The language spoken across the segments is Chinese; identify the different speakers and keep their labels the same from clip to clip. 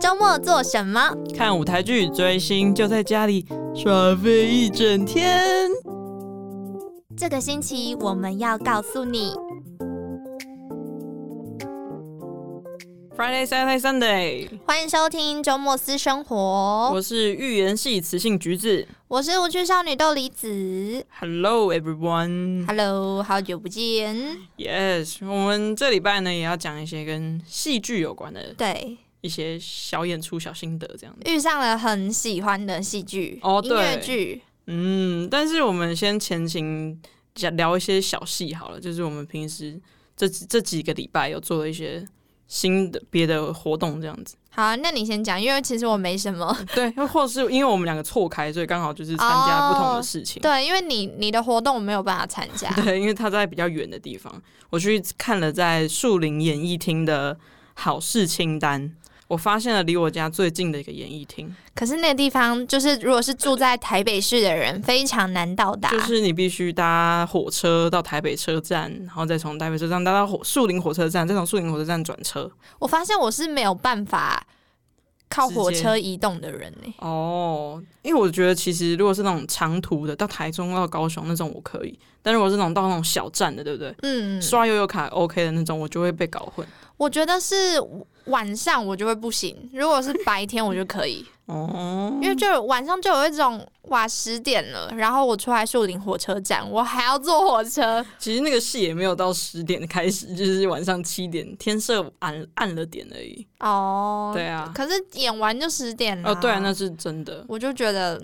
Speaker 1: 周末做什么？
Speaker 2: 看舞台剧、追星，就在家里耍废一整天。
Speaker 1: 这个星期我们要告诉你，
Speaker 2: Friday, Saturday, Sunday，、
Speaker 1: 欢迎收听周末私生活，
Speaker 2: 我是预言系雌性橘子。
Speaker 1: 我是无趣少女豆梨子。
Speaker 2: Hello everyone。
Speaker 1: Hello，好久不见。
Speaker 2: Yes，我们这礼拜呢也要讲一些跟戏剧有关的
Speaker 1: 对，
Speaker 2: 一些小演出、小心得这样子。
Speaker 1: 遇上了很喜欢的戏剧、
Speaker 2: 哦
Speaker 1: 音乐
Speaker 2: 对
Speaker 1: 剧，
Speaker 2: 嗯，但是我们先前情讲聊一些小戏好了，就是我们平时这几这几个礼拜有做一些新的别的活动这样子。
Speaker 1: 好，那你先讲，因为其实我没什么。
Speaker 2: 对，又或是因为我们两个错开，所以刚好就是参加不同的事情。
Speaker 1: 哦对，啊因为你你的活动我没有办法参加。
Speaker 2: 对，因为他在比较远的地方，我去看了在树林演艺厅的好事清单，我发现了离我家最近的一个演艺厅，
Speaker 1: 可是那个地方，就是如果是住在台北市的人，非常难到达。
Speaker 2: 就是你必须搭火车到台北车站，然后再从台北车站搭到火树林火车站，再从树林火车站转车。
Speaker 1: 我发现我是没有办法靠火车移动的人欸呢、
Speaker 2: 哦，因为我觉得其实如果是那种长途的，到台中到高雄那种我可以，但如果是那种到那种小站的，对不对？
Speaker 1: 嗯，
Speaker 2: 刷悠悠卡 OK 的那种，我就会被搞混。
Speaker 1: 我觉得是晚上我就会不行，如果是白天我就可以，
Speaker 2: 哦，
Speaker 1: 因为就有晚上就有一种哇十点了，然后我出来树林火车站，我还要坐火车，
Speaker 2: 其实那个戏也没有到十点开始， 就是晚上七点，天色暗暗了点而已。
Speaker 1: 哦，
Speaker 2: 对啊，
Speaker 1: 可是演完就十点了，
Speaker 2: 哦，对啊，那是真的。
Speaker 1: 我就觉得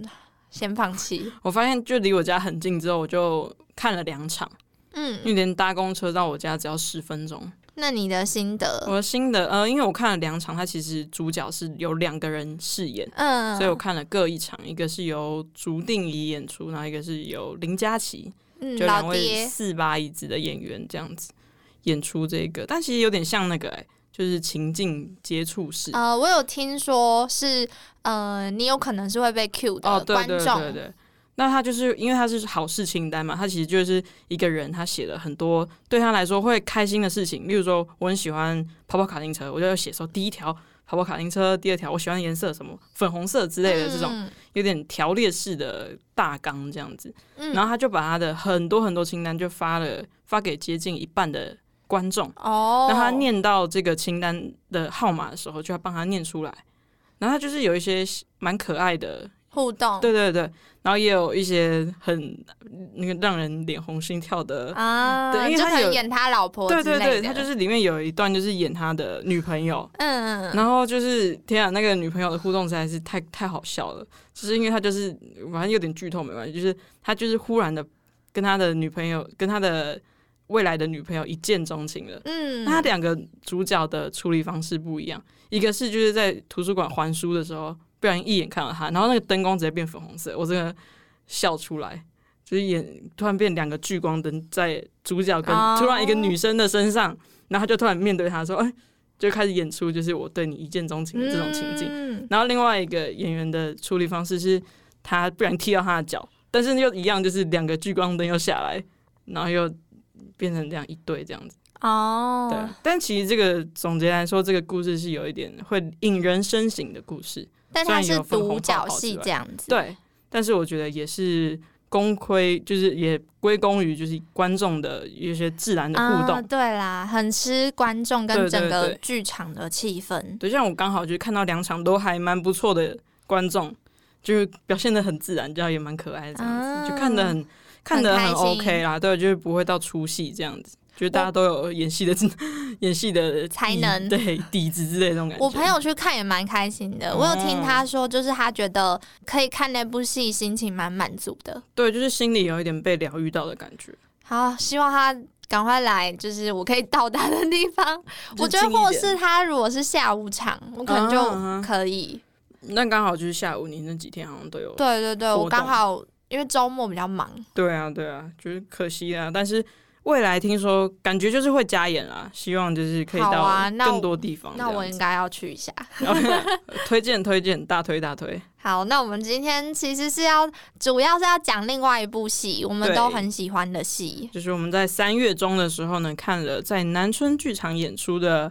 Speaker 1: 先放弃，
Speaker 2: 我发现就离我家很近之后，我就看了两场，因
Speaker 1: 嗯，
Speaker 2: 为连搭公车到我家只要十分钟。
Speaker 1: 那你的心得，
Speaker 2: 我的新的呃，因为我看了两场，它其实主角是有两个人饰演，
Speaker 1: 嗯，
Speaker 2: 所以我看了各一场，一个是由竹定仪演出，然后一个是由林佳琪，
Speaker 1: 嗯
Speaker 2: 就两
Speaker 1: 老
Speaker 2: 位
Speaker 1: 爹，
Speaker 2: 四八椅子的演员这样子演出这个，但其实有点像那个、欸，就是情境接触式。
Speaker 1: 呃，我有听说是呃，你有可能是会被 Q 的
Speaker 2: 哦，对
Speaker 1: 呃观
Speaker 2: 对
Speaker 1: 众，
Speaker 2: 对对。那他就是因为他是好事清单嘛，他其实就是一个人，他写了很多对他来说会开心的事情，例如说我很喜欢跑跑卡丁车，我就要写说第一条跑跑卡丁车，第二条我喜欢的颜色什么粉红色之类的这种、
Speaker 1: 嗯
Speaker 2: 有点条列式的大纲这样子，
Speaker 1: 嗯
Speaker 2: 然后他就把他的很多很多清单就发了发给接近一半的观众，
Speaker 1: 哦，
Speaker 2: 那他念到这个清单的号码的时候，就要帮他念出来，然后他就是有一些蛮可爱的
Speaker 1: 互动，
Speaker 2: 对对对，然后也有一些很那个让人脸红心跳的，
Speaker 1: 啊，
Speaker 2: 对因为
Speaker 1: 就
Speaker 2: 他
Speaker 1: 可
Speaker 2: 有
Speaker 1: 能演他老婆
Speaker 2: 对
Speaker 1: 之
Speaker 2: 对
Speaker 1: 类的
Speaker 2: 对，他就是里面有一段就是演他的女朋友，
Speaker 1: 嗯嗯
Speaker 2: 然后就是天啊，那个女朋友的互动实在是太太好笑了，就是因为他就是反正有点剧透没关系，就是他就是忽然的跟他的女朋友跟他的未来的女朋友一见钟情了。
Speaker 1: 嗯，
Speaker 2: 那他两个主角的处理方式不一样，一个是就是在图书馆还书的时候，不小心一眼看到他，然后那个灯光直接变粉红色，我真的笑出来，就是眼突然变两个聚光灯在主角跟、
Speaker 1: 哦
Speaker 2: 突然一个女生的身上，然后他就突然面对他说：“哎。”就开始演出，就是我对你一见钟情的这种情境。
Speaker 1: 嗯
Speaker 2: 然后另外一个演员的处理方式是，他不然踢到他的脚，但是又一样，就是两个聚光灯又下来，然后又变成这样一对这样子。对
Speaker 1: 哦，，
Speaker 2: 但其实这个总结来说，这个故事是有一点会引人深省的故事，
Speaker 1: 但
Speaker 2: 虽
Speaker 1: 他
Speaker 2: 然
Speaker 1: 是
Speaker 2: 有分红
Speaker 1: 独角
Speaker 2: 泡泡
Speaker 1: 戏
Speaker 2: 之外
Speaker 1: 这样子，，
Speaker 2: 对。但是我觉得也是功亏，就是也归功于就是观众的一些自然的互动。
Speaker 1: 啊，对啦，很吃观众跟
Speaker 2: 对对
Speaker 1: 整个
Speaker 2: 对
Speaker 1: 剧场的气氛，
Speaker 2: 对，像我刚好就看到两场都还蛮不错的观众，就是表现的很自然，这样也蛮可爱的这样子，
Speaker 1: 啊
Speaker 2: 就看得很看得
Speaker 1: 很
Speaker 2: 很
Speaker 1: 开心
Speaker 2: OK 啦，对，就是不会到出戏这样子。就是大家都有演戏的 演戏的
Speaker 1: 才
Speaker 2: 底
Speaker 1: 能
Speaker 2: 对底子之类的那种感觉。哦
Speaker 1: 我朋友去看也蛮开心的，我有听他说，就是他觉得可以看那部戏，心情蛮满足的。
Speaker 2: 对，就是心里有一点被疗愈到的感觉。
Speaker 1: 好，希望他赶快来，就是我可以到达的地方。
Speaker 2: 就
Speaker 1: 我觉得
Speaker 2: 近一
Speaker 1: 或
Speaker 2: 点
Speaker 1: 是他如果是下午场，我可能
Speaker 2: 啊
Speaker 1: 就可以。
Speaker 2: 那刚好就是下午，你那几天好像都有。
Speaker 1: 对对对，
Speaker 2: 活
Speaker 1: 我刚
Speaker 2: 动
Speaker 1: 好因为周末比较忙，
Speaker 2: 对啊，对啊，就是可惜啊。但是未来听说感觉就是会加演啦，希望就是可以
Speaker 1: 好啊
Speaker 2: 到
Speaker 1: 那我
Speaker 2: 更多地方这
Speaker 1: 那我
Speaker 2: 样
Speaker 1: 应
Speaker 2: 子。
Speaker 1: 该要去一下。
Speaker 2: 推荐推荐，大推大推。
Speaker 1: 好，那我们今天其实是要主要是要讲另外一部戏，我们
Speaker 2: 对
Speaker 1: 都很喜欢的戏。
Speaker 2: 就是我们在三月中的时候呢，看了在南村剧场演出的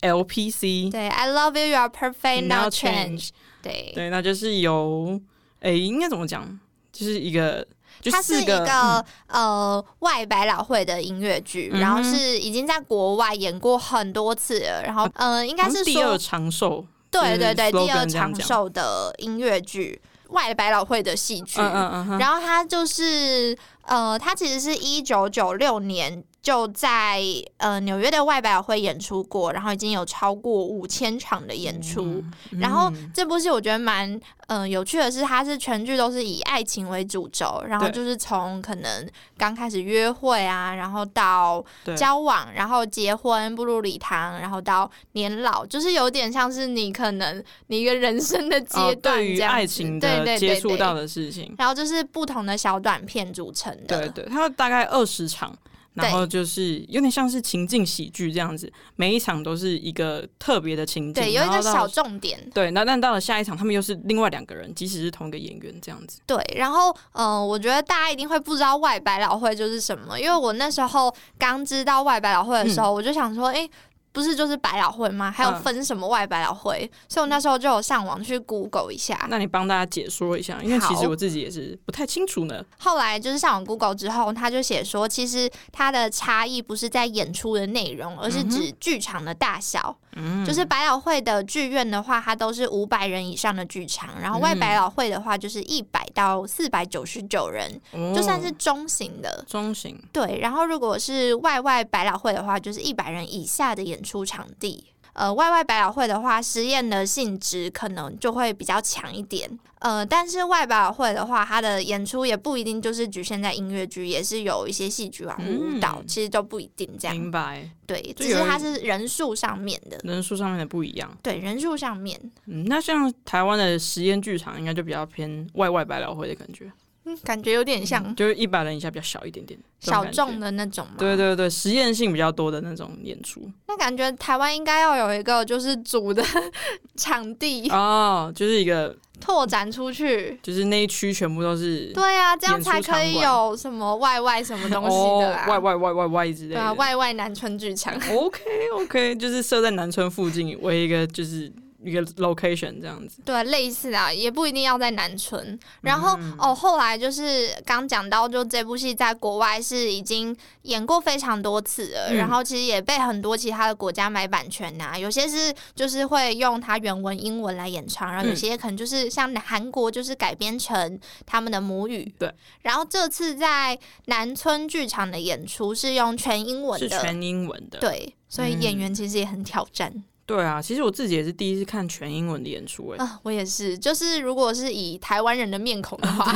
Speaker 2: 《 LPC，
Speaker 1: 对，I love you, you are perfect,
Speaker 2: Now
Speaker 1: now change。对，
Speaker 2: 对，那就是由诶，应该怎么讲？就是一个，就
Speaker 1: 它是
Speaker 2: 四
Speaker 1: 一
Speaker 2: 个，嗯
Speaker 1: 个呃外百老汇的音乐剧，
Speaker 2: 嗯哼
Speaker 1: 然后是已经在国外演过很多次了，然后呃，应该
Speaker 2: 好像
Speaker 1: 是
Speaker 2: 第二
Speaker 1: 说
Speaker 2: 长寿，
Speaker 1: 对对对，
Speaker 2: slogan
Speaker 1: 第二
Speaker 2: 这样
Speaker 1: 长
Speaker 2: 讲
Speaker 1: 寿的音乐剧，外百老汇的戏剧。
Speaker 2: 嗯嗯嗯哼，
Speaker 1: 然后它就是呃，它其实是一九九六年就在呃纽约的外百老汇演出过，然后已经有超过五千场的演出。
Speaker 2: 嗯
Speaker 1: 然后
Speaker 2: 嗯
Speaker 1: 这部戏我觉得蛮呃有趣的是，它是全剧都是以爱情为主轴，然后
Speaker 2: 对
Speaker 1: 就是从可能刚开始约会啊，然后到
Speaker 2: 对
Speaker 1: 交往，然后结婚步入礼堂，然后到年老，就是有点像是你可能你一个人生的阶
Speaker 2: 哦
Speaker 1: 段
Speaker 2: 对
Speaker 1: 这
Speaker 2: 于
Speaker 1: 样子、
Speaker 2: 爱情
Speaker 1: 对
Speaker 2: 的
Speaker 1: 对
Speaker 2: 接
Speaker 1: 对
Speaker 2: 触
Speaker 1: 对
Speaker 2: 到的事情，
Speaker 1: 然后就是不同的小短片组成的，
Speaker 2: 对对，它大概二十场。然后就是有点像是情境喜剧这样子，每一场都是一个特别的情境，
Speaker 1: 对，有一
Speaker 2: 然
Speaker 1: 个
Speaker 2: 后到
Speaker 1: 小重点，
Speaker 2: 对，那但到了下一场，他们又是另外两个人，即使是同一个演员这样子。
Speaker 1: 对，然后嗯、呃我觉得大家一定会不知道外百老汇就是什么，因为我那时候刚知道外百老汇的时候，我就想说，诶，不是就是百老汇吗？还有
Speaker 2: 嗯
Speaker 1: 分什么外百老汇？所以我那时候就有上网去 Google 一下。
Speaker 2: 那你帮大家解说一下，因为其
Speaker 1: 好
Speaker 2: 实我自己也是不太清楚呢。
Speaker 1: 后来就是上网 Google 之后，他就写说，其实它的差异不是在演出的内容，而是
Speaker 2: 嗯哼
Speaker 1: 指剧场的大小。
Speaker 2: 嗯，
Speaker 1: 就是百老汇的剧院的话，它都是五百人以上的剧场，然后外
Speaker 2: 嗯
Speaker 1: 百老汇的话就是一百到四百九十九人，
Speaker 2: 哦
Speaker 1: 就算是中型的。
Speaker 2: 中型，
Speaker 1: 对，然后如果是外外百老汇的话，就是一百人以下的演出场地。呃，外外百老汇的话，实验的性质可能就会比较强一点。呃，但是外百老汇的话，它的演出也不一定就是局限在音乐剧，也是有一些戏剧啊、舞
Speaker 2: 嗯
Speaker 1: 蹈，其实都不一定这样。
Speaker 2: 明白
Speaker 1: 对，只
Speaker 2: 就是有
Speaker 1: 它
Speaker 2: 一
Speaker 1: 是人数上面的，
Speaker 2: 人数上面的不一样。
Speaker 1: 对，人数上面。
Speaker 2: 嗯，那像台湾的实验剧场应该就比较偏外外百老汇的感觉，
Speaker 1: 嗯，感觉有点像
Speaker 2: 就是一百人以下比较小一点点，这种
Speaker 1: 小
Speaker 2: 感觉
Speaker 1: 众。的那种嘛。
Speaker 2: 对，对对，实验性比较多的那种演出
Speaker 1: 那感觉台湾应该要有一个就是组的 场地
Speaker 2: 哦，就是一个
Speaker 1: 拓展出去。
Speaker 2: 就是那一区全部都是
Speaker 1: 对啊，这样
Speaker 2: 演出
Speaker 1: 才可以
Speaker 2: 场馆
Speaker 1: 有什么外外什么东西
Speaker 2: 哦
Speaker 1: 的啊？
Speaker 2: 外外外外外之类
Speaker 1: 对
Speaker 2: 的，
Speaker 1: 啊，外外南村剧场。
Speaker 2: OK OK，就是 设在南村附近为一个就是一个 location 这样子。
Speaker 1: 对，类似的、啊，也不一定要在南
Speaker 2: 嗯
Speaker 1: 村。然后、哦，后来就是刚讲到，就这部戏在国外是已经演过非常多次了，
Speaker 2: 嗯
Speaker 1: 然后其实也被很多其他的国家买版权呐、有些是就是会用它原文英文来演唱，然后有
Speaker 2: 嗯
Speaker 1: 些可能就是像韩国就是改编成他们的母语。
Speaker 2: 对。
Speaker 1: 然后这次在南村剧场的演出是用全英文
Speaker 2: 是
Speaker 1: 的，
Speaker 2: 全英文的，
Speaker 1: 对，所以演
Speaker 2: 嗯
Speaker 1: 员其实也很挑战。
Speaker 2: 对啊，其实我自己也是第一次看全英文的演出、欸，
Speaker 1: 啊，我也是，就是如果是以台湾人的面孔
Speaker 2: 啊
Speaker 1: 的话，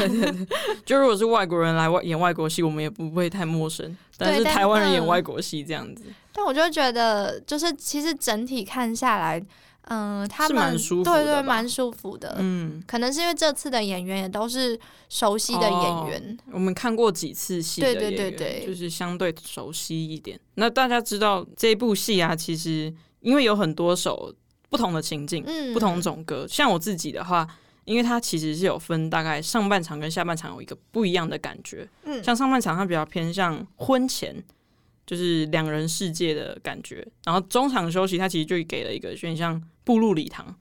Speaker 2: 就如果是外国人来外演外国戏，我们也不会太陌生，但是
Speaker 1: 但
Speaker 2: 台湾人演
Speaker 1: 嗯
Speaker 2: 外国戏这样子，
Speaker 1: 但我就觉得，就是其实整体看下来，嗯、他
Speaker 2: 是
Speaker 1: 们
Speaker 2: 蛮舒服
Speaker 1: 对
Speaker 2: 的
Speaker 1: 对，
Speaker 2: 吧
Speaker 1: 蛮舒服的。
Speaker 2: 嗯，
Speaker 1: 可能是因为这次的演员也都是熟悉的
Speaker 2: 哦
Speaker 1: 演员，
Speaker 2: 我们看过几次戏的
Speaker 1: 对对
Speaker 2: 演
Speaker 1: 对
Speaker 2: 员
Speaker 1: 对
Speaker 2: 就是相对熟悉一点。那大家知道这部戏啊，其实因为有很多首不同的情境，
Speaker 1: 嗯，
Speaker 2: 不同种歌。像我自己的话，因为它其实是有分大概上半场跟下半场有一个不一样的感觉。
Speaker 1: 嗯
Speaker 2: 像上半场它比较偏向婚前，就是两人世界的感觉。然后中场休息，它其实就给了一个选项步入礼堂。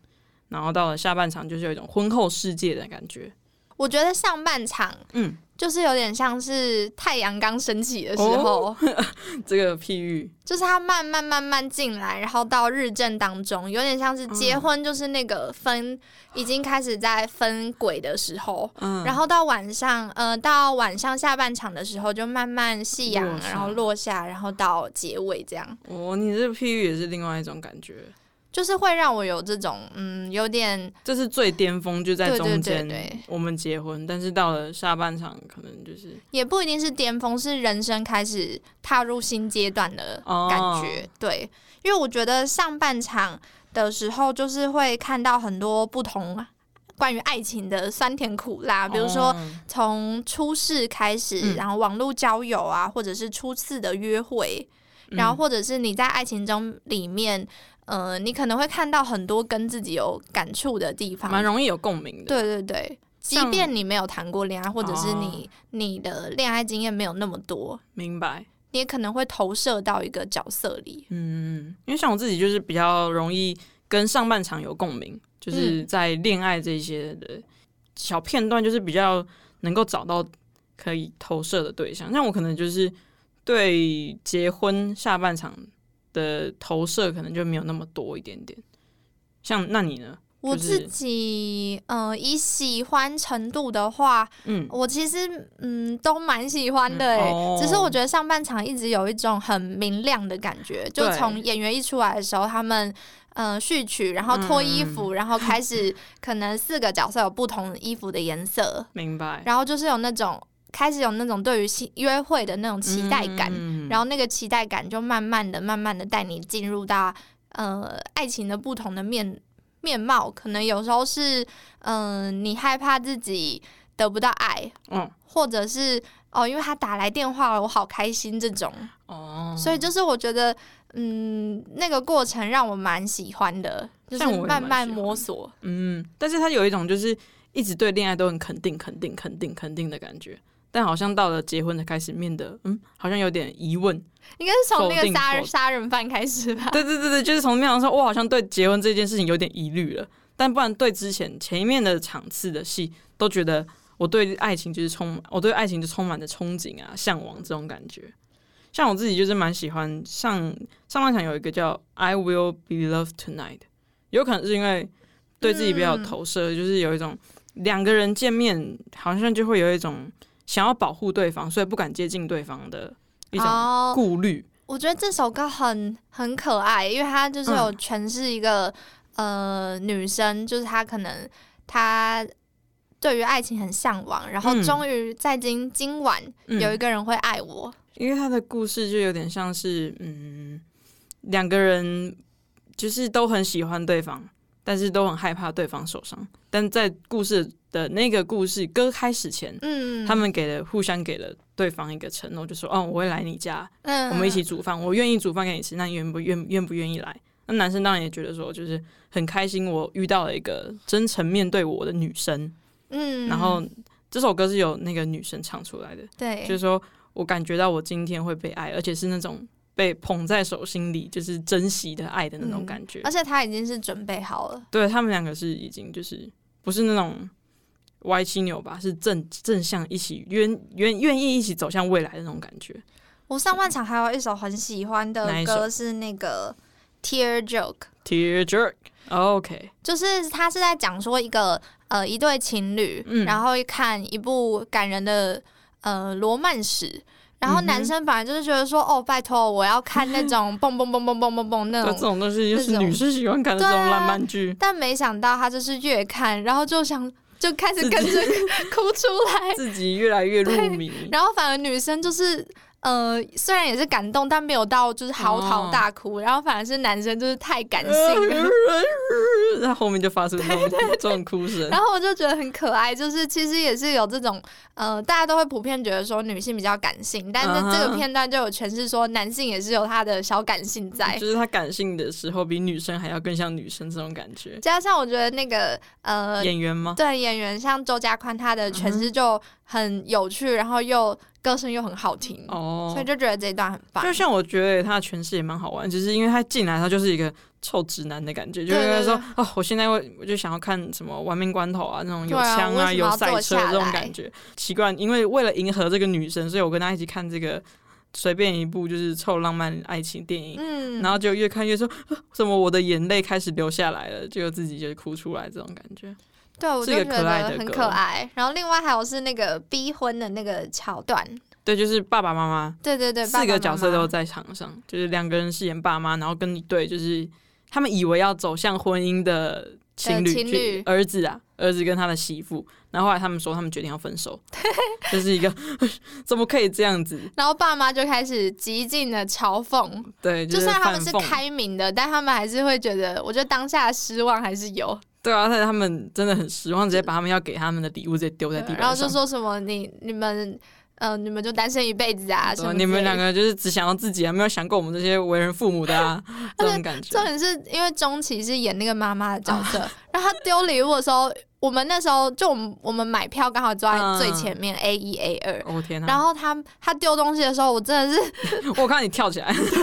Speaker 2: 然后到了下半场，就是有一种婚后世界的感觉。
Speaker 1: 我觉得上半场
Speaker 2: 嗯，
Speaker 1: 就是有点像是太阳刚升起的时
Speaker 2: 哦
Speaker 1: 候，
Speaker 2: 嗯这个譬喻，
Speaker 1: 就是他慢慢慢慢进来，然后到日正当中，有点像是结婚，就是那个分、已经开始在分轨的时候，
Speaker 2: 嗯，
Speaker 1: 然后到晚上，呃，到晚上下半场的时候，就慢慢夕阳
Speaker 2: 落，下
Speaker 1: 然后落下，然后到结尾，这样
Speaker 2: 哦，你这个譬喻也是另外一种感觉。
Speaker 1: 就是会让我有这种，嗯，有点
Speaker 2: 这是最巅峰，就在
Speaker 1: 对对
Speaker 2: 中间
Speaker 1: 对对
Speaker 2: 我们结婚，但是到了下半场，可能就是
Speaker 1: 也不一定是巅峰，是人生开始踏入新阶段的
Speaker 2: 哦
Speaker 1: 感觉。对，因为我觉得上半场的时候，就是会看到很多不同关于爱情的酸甜苦辣，啊比如说
Speaker 2: 哦
Speaker 1: 从初试开始，
Speaker 2: 嗯
Speaker 1: 然后网络交友啊，或者是初次的约会，
Speaker 2: 嗯
Speaker 1: 然后或者是你在爱情中里面，呃，你可能会看到很多跟自己有感触的地
Speaker 2: 蛮
Speaker 1: 方。
Speaker 2: 容易有共鸣的。
Speaker 1: 对对对，即
Speaker 2: 像哦
Speaker 1: 便你没有谈过恋爱，或者是你、你的恋爱经验没有那么多，
Speaker 2: 明白。
Speaker 1: 你也可能会投射到一个角色里。
Speaker 2: 嗯，因为像我自己就是比较容易跟上半场有共鸣，就是
Speaker 1: 嗯
Speaker 2: 在恋爱这些的小片段，就是比较能够找到可以投射的对象。像我可能就是对结婚下半场的投射，可能就没有那么多一点点。像那你呢？
Speaker 1: 我
Speaker 2: 就是
Speaker 1: 自己，呃，以喜欢程度的话，
Speaker 2: 嗯，
Speaker 1: 我其实嗯都蛮喜欢的、
Speaker 2: 嗯
Speaker 1: 欸，
Speaker 2: 哦
Speaker 1: 只是我觉得上半场一直有一种很明亮的感觉，就
Speaker 2: 对
Speaker 1: 从演员一出来的时候，他们呃序曲，然后脱衣
Speaker 2: 嗯
Speaker 1: 服，然后开始可能四个角色有不同衣服的颜色，
Speaker 2: 明白。
Speaker 1: 然后就是有那种开始有那种对于性约会的那种期待感，
Speaker 2: 嗯
Speaker 1: 然后那个期待感就慢慢的、慢慢的带你进入到呃爱情的不同的面面貌，可能有时候是嗯、呃你害怕自己得不到爱，
Speaker 2: 嗯
Speaker 1: 或者是哦，因为他打来电话了，我好开心这种。
Speaker 2: 哦，
Speaker 1: 所以就是我觉得，嗯，那个过程让我蛮喜欢的，就是
Speaker 2: 像我也蛮
Speaker 1: 慢慢
Speaker 2: 喜欢
Speaker 1: 摸索。
Speaker 2: 嗯，但是他有一种就是一直对恋爱都很肯定、肯定、肯定、肯定的感觉，但好像到了结婚才开始面的，嗯，好像有点疑问。
Speaker 1: 应该是从那
Speaker 2: 否
Speaker 1: 个
Speaker 2: 定
Speaker 1: 杀
Speaker 2: 过
Speaker 1: 人杀人犯开始吧？
Speaker 2: 对对对对，就是从那样说，我好像对结婚这件事情有点疑虑了，但不然对之前前面的场次的戏都觉得我对爱情就是充，我对爱情就充满着憧憬啊、向往这种感觉。像我自己就是蛮喜欢上上半场有一个叫《I Will Be Loved Tonight》，有可能是因为对自己比较有投射，就是有一种两个人见面好像就会有一种想要保护对方，所以不敢接近对方的一种
Speaker 1: 哦
Speaker 2: 顾虑。
Speaker 1: 我觉得这首歌很很可爱，因为它就是有
Speaker 2: 嗯
Speaker 1: 诠释一个、呃女生，就是她可能她对于爱情很向往，然后
Speaker 2: 嗯
Speaker 1: 终于在今今晚
Speaker 2: 嗯
Speaker 1: 有一个人会爱我，
Speaker 2: 因为他的故事就有点像是，嗯，两个人就是都很喜欢对方，但是都很害怕对方受伤。但在故事的那个故事歌开始前，
Speaker 1: 嗯，
Speaker 2: 他们给了互相给了对方一个承诺，就说：“哦，我会来你家，
Speaker 1: 嗯
Speaker 2: 我们一起煮饭，我愿意煮饭给你吃，那你愿不愿愿不愿意来？”那男生当然也觉得说，就是很开心，我遇到了一个真诚面对我的女生。
Speaker 1: 嗯，
Speaker 2: 然后这首歌是由那个女生唱出来的，
Speaker 1: 对，
Speaker 2: 就是说我感觉到我今天会被爱，而且是那种被捧在手心里，就是珍惜的爱的那
Speaker 1: 嗯
Speaker 2: 种感觉。
Speaker 1: 而且他已经是准备好了，
Speaker 2: 对他们两个是已经就是不是那种歪七扭八，是正正向一起愿愿愿意一起走向未来的那种感觉。
Speaker 1: 我上半场还有一首很喜欢
Speaker 2: 哪
Speaker 1: 的
Speaker 2: 一
Speaker 1: 歌
Speaker 2: 首
Speaker 1: 是那个 Tear Joke。
Speaker 2: Tear jerk，OK，、
Speaker 1: 就是他是在讲说一个呃一对情侣，
Speaker 2: 嗯
Speaker 1: 然后看一部感人的呃罗曼史。然后男
Speaker 2: 嗯哼
Speaker 1: 生本来就是觉得说，哦，拜托，我要看那种蹦蹦蹦蹦蹦蹦蹦那
Speaker 2: 对这
Speaker 1: 种，
Speaker 2: 种东西就
Speaker 1: 这
Speaker 2: 是
Speaker 1: 种
Speaker 2: 女生喜欢看的这种
Speaker 1: 对啊
Speaker 2: 浪漫剧。
Speaker 1: 但没想到他就是越看，然后就想就开始跟着 哭出来，
Speaker 2: 自己越来越入迷，
Speaker 1: 然后反而女生就是呃，虽然也是感动，但没有到就是嚎啕
Speaker 2: 哦
Speaker 1: 大哭，然后反而是男生就是太感性 了，
Speaker 2: 在后面就发出这种这种哭 声
Speaker 1: 然。后我就觉得很可爱，就是其实也是有这种，呃，大家都会普遍觉得说女性比较感性，但
Speaker 2: 嗯
Speaker 1: 是
Speaker 2: 哼
Speaker 1: 这个片段就有诠释说男性也是有他的小感性在。
Speaker 2: 就是他感性的时候，比女生还要更像女生这种感觉。
Speaker 1: 加上我觉得那个呃，
Speaker 2: 演员吗？
Speaker 1: 对演员像周家宽，他的诠释就很有趣，然后又歌声又很好听，
Speaker 2: 哦
Speaker 1: 所以就觉得这一段很棒
Speaker 2: 就。像我觉得他的诠释也蛮好玩，就是因为他进来他就是一个臭直男的感觉，就
Speaker 1: 对
Speaker 2: 是
Speaker 1: 对
Speaker 2: 说
Speaker 1: 对
Speaker 2: 哦，我现在我我就想要看什么亡命关头啊，那种有
Speaker 1: 对啊
Speaker 2: 枪
Speaker 1: 为什么
Speaker 2: 有
Speaker 1: 要
Speaker 2: 赛
Speaker 1: 坐
Speaker 2: 车
Speaker 1: 下
Speaker 2: 这种
Speaker 1: 来
Speaker 2: 感觉。奇怪，因为为了迎合这个女生，所以我跟她一起看这个随便一部就是臭浪漫爱情电影，
Speaker 1: 嗯，
Speaker 2: 然后就越看越说，啊怎么我的眼泪开始流下来了，就自己就哭出来这种感觉。
Speaker 1: 对我
Speaker 2: 是
Speaker 1: 就
Speaker 2: 一
Speaker 1: 觉
Speaker 2: 个可爱的
Speaker 1: 得很
Speaker 2: 歌
Speaker 1: 可爱。然后另外还有是那个逼婚的那个桥段，
Speaker 2: 对，就是爸爸妈妈
Speaker 1: 对对对，爸
Speaker 2: 四
Speaker 1: 爸
Speaker 2: 个角色
Speaker 1: 妈妈
Speaker 2: 都在场上，就是两个人饰演爸妈，然后跟一对就是他们以为要走向婚姻的情
Speaker 1: 的
Speaker 2: 侣，
Speaker 1: 情
Speaker 2: 就
Speaker 1: 侣
Speaker 2: 儿子啊，儿子跟他的媳妇，然后后来他们说他们决定要分 手，就是一个 怎么可以这样子？
Speaker 1: 然后爸妈就开始极尽的嘲讽，
Speaker 2: 对，
Speaker 1: 就是算他们
Speaker 2: 反
Speaker 1: 是
Speaker 2: 讽
Speaker 1: 开明的，但他们还是会觉得，我觉得当下的失望还是有。
Speaker 2: 对啊，但是他们真的很失望，直接把他们要给他们的礼物直接丢在地板上，
Speaker 1: 然后就说什么你你们呃你们就单身一辈子啊什
Speaker 2: 对啊
Speaker 1: 么。
Speaker 2: 你们两，个就是只想要自己啊，没有想过我们这些为人父母的 啊，这种感觉哦
Speaker 1: 重。点是因为钟琪是演那个妈妈的角色，然后他丢礼物的时候我们那时候就我们我们买票刚好坐在
Speaker 2: 嗯
Speaker 1: 最前面 A 一 A 二。
Speaker 2: 我、哦天
Speaker 1: 然
Speaker 2: 哪！
Speaker 1: 后他他丢东西的时候，我真的是
Speaker 2: 我看到你跳起来，